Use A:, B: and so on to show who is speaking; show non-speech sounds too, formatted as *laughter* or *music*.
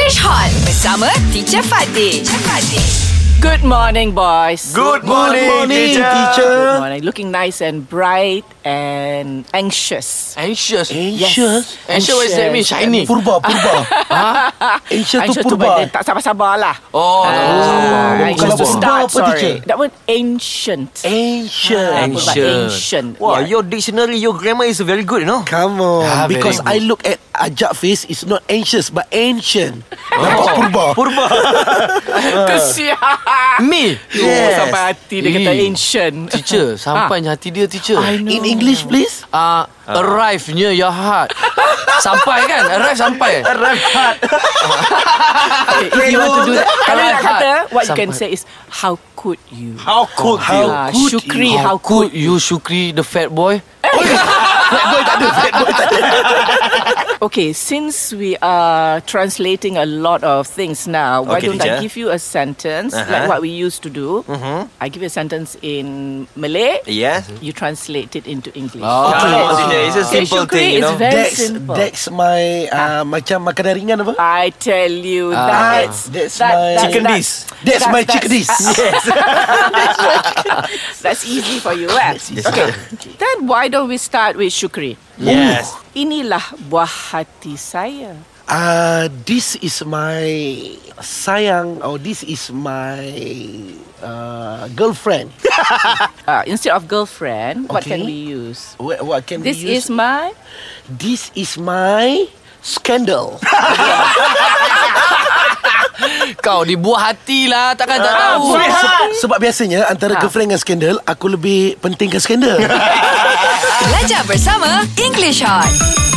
A: Fresh Hot bersama Teacher Fatih. Teacher Fatih.
B: Good morning, boys.
C: Good morning,
D: morning,
C: teacher.
D: teacher.
B: Good morning. Looking nice and bright and anxious.
C: Anxious.
D: Anxious?
C: Anxious, what does that mean? Shiny.
D: Purba,
B: *laughs*
D: purba. ha? Anxious tu
B: Anxious to
D: purba.
B: benda tak sabar-sabar lah.
C: Oh, tak sabar-sabar.
B: Ah, Uh, anxious
D: Kalau
B: to
D: purba
B: start,
D: apa, teacher?
B: sorry. That word ancient.
D: Anxious.
B: Ah, purba
C: Ancient.
B: ancient.
C: Wow,
B: Yeah.
C: your dictionary, your grammar is very good, you know.
D: Come on.
C: Ah, very
D: because
C: good.
D: I look at Ajak face is not anxious but ancient. Nampak
B: Oh.
D: purba.
C: Purba. Uh.
B: *laughs* Kesian.
C: Me.
B: Oh, sampai hati dia kata
C: Eh.
B: ancient.
C: *laughs* Teacher, sampai hati dia, teacher.
B: I know.
D: In English please.
C: Ah, arrive near your *laughs* heart. sampai kan? Arrive sampai. *laughs* Arrive heart.
B: Okay, if you want to do that. Kalau nak
C: Sampai.
B: kata, what you can
C: Sampai.
B: say is, how could you?
C: How could
D: How
B: Ah,
D: could
B: Syukri,
D: you?
B: how
C: How
B: could
C: could you, Syukri, the fat boy?
B: Okay, since we are translating a lot of things now, why
C: Okay,
B: don't I
C: teacher. Uh-huh. Mm-hmm.
B: give you a sentence like what we used to do? I give you a sentence in Malay,
C: Yes.
B: you translate it into English.
C: Oh,
D: Okay.
C: okay. It's a
B: Okay,
C: simple
B: Syukri
C: thing, you
B: is
C: know.
B: very
D: Dex,
B: simple. Ah.
D: Dex my uh, macam makanan ringan apa?
B: I tell you
D: Ah.
B: that
D: *laughs* That's,
B: it's
D: that's
B: that-
D: my
B: that- that- ah,
D: That's, my
B: that's-
D: chicken dish.
B: That's easy for you, eh? okay. Then why don't we start with Shukri?
C: Yes.
B: Inilah buah hati saya.
D: Uh, this is my sayang or this is my uh, *laughs* girlfriend.
B: Uh, instead of girlfriend, what can we
D: Okay.
B: use?
D: What, what can
B: This
D: we
B: is
D: use?
B: my
D: This is my scandal.
C: Kau dibuah hati lah. Takkan tak
B: Ah,
C: tahu.
B: buah hati.
D: *laughs* Sebab biasanya antara
B: Ha.
D: girlfriend dengan skandal, *laughs* aku lebih pentingkan skandal.
A: Belajar bersama English Hot.